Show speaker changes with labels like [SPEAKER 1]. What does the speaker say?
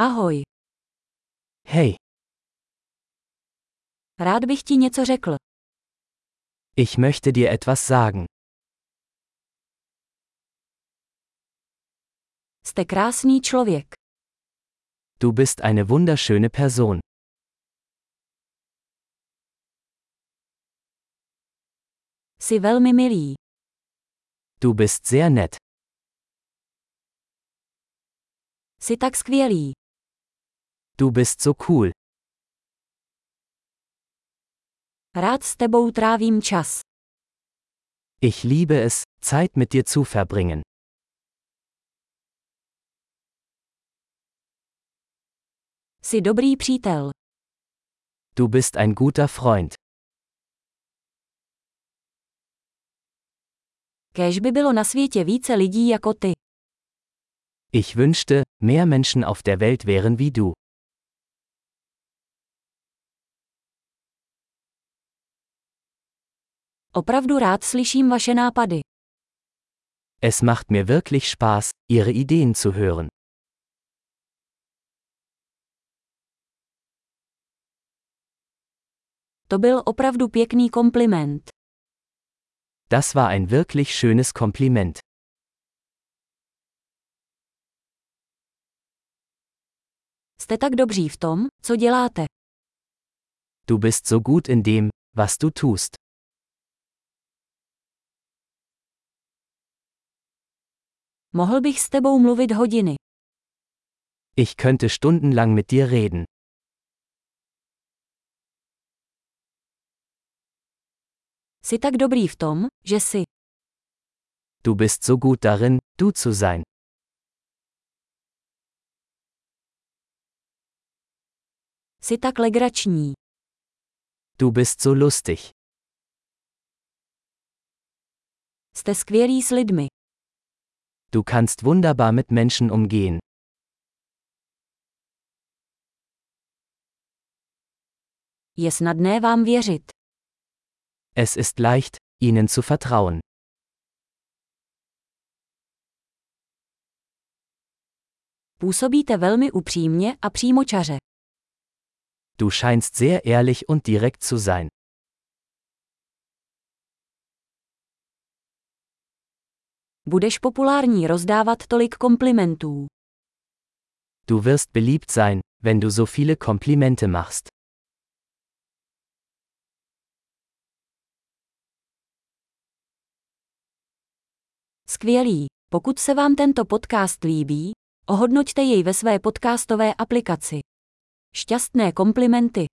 [SPEAKER 1] Ahoj,
[SPEAKER 2] Hey,
[SPEAKER 1] rád bych ti něco řekl.
[SPEAKER 2] ich möchte dir etwas sagen.
[SPEAKER 1] Jste krásný člověk.
[SPEAKER 2] Du bist eine wunderschöne Person.
[SPEAKER 1] Jsi velmi milý.
[SPEAKER 2] Du bist sehr nett.
[SPEAKER 1] Jsi tak skvělý.
[SPEAKER 2] Du bist so cool.
[SPEAKER 1] Rád s tebou trávím čas.
[SPEAKER 2] Ich liebe es, Zeit mit dir zu verbringen.
[SPEAKER 1] Jsi dobrý přítel.
[SPEAKER 2] Du bist ein guter Freund.
[SPEAKER 1] Kéž by bylo na světě více lidí jako ty.
[SPEAKER 2] Ich wünschte, mehr Menschen auf der Welt wären wie du.
[SPEAKER 1] Opravdu rád slyším vaše nápady.
[SPEAKER 2] Es macht mir wirklich Spaß, ihre Ideen zu hören.
[SPEAKER 1] To byl opravdu pěkný kompliment.
[SPEAKER 2] Das war ein wirklich schönes Kompliment.
[SPEAKER 1] Jste tak dobří v tom, co děláte.
[SPEAKER 2] Du bist so gut in dem, was du tust.
[SPEAKER 1] Mohl bych s tebou mluvit hodiny.
[SPEAKER 2] Ich könnte stundenlang mit dir reden.
[SPEAKER 1] Jsi tak dobrý v tom, že jsi.
[SPEAKER 2] Du bist so gut darin, du zu sein.
[SPEAKER 1] Jsi tak legrační.
[SPEAKER 2] Du bist so lustig.
[SPEAKER 1] Jste skvělí s lidmi.
[SPEAKER 2] Du kannst wunderbar mit Menschen umgehen.
[SPEAKER 1] Je snadné vám věřit.
[SPEAKER 2] Es ist leicht, ihnen zu vertrauen.
[SPEAKER 1] Působíte velmi upřímně a přímočaře.
[SPEAKER 2] Du scheinst sehr ehrlich und direkt zu sein.
[SPEAKER 1] Budeš populární rozdávat tolik komplimentů.
[SPEAKER 2] Du wirst beliebt sein, wenn du so viele Komplimente machst.
[SPEAKER 1] Skvělý. Pokud se vám tento podcast líbí, ohodnoťte jej ve své podcastové aplikaci. Šťastné komplimenty.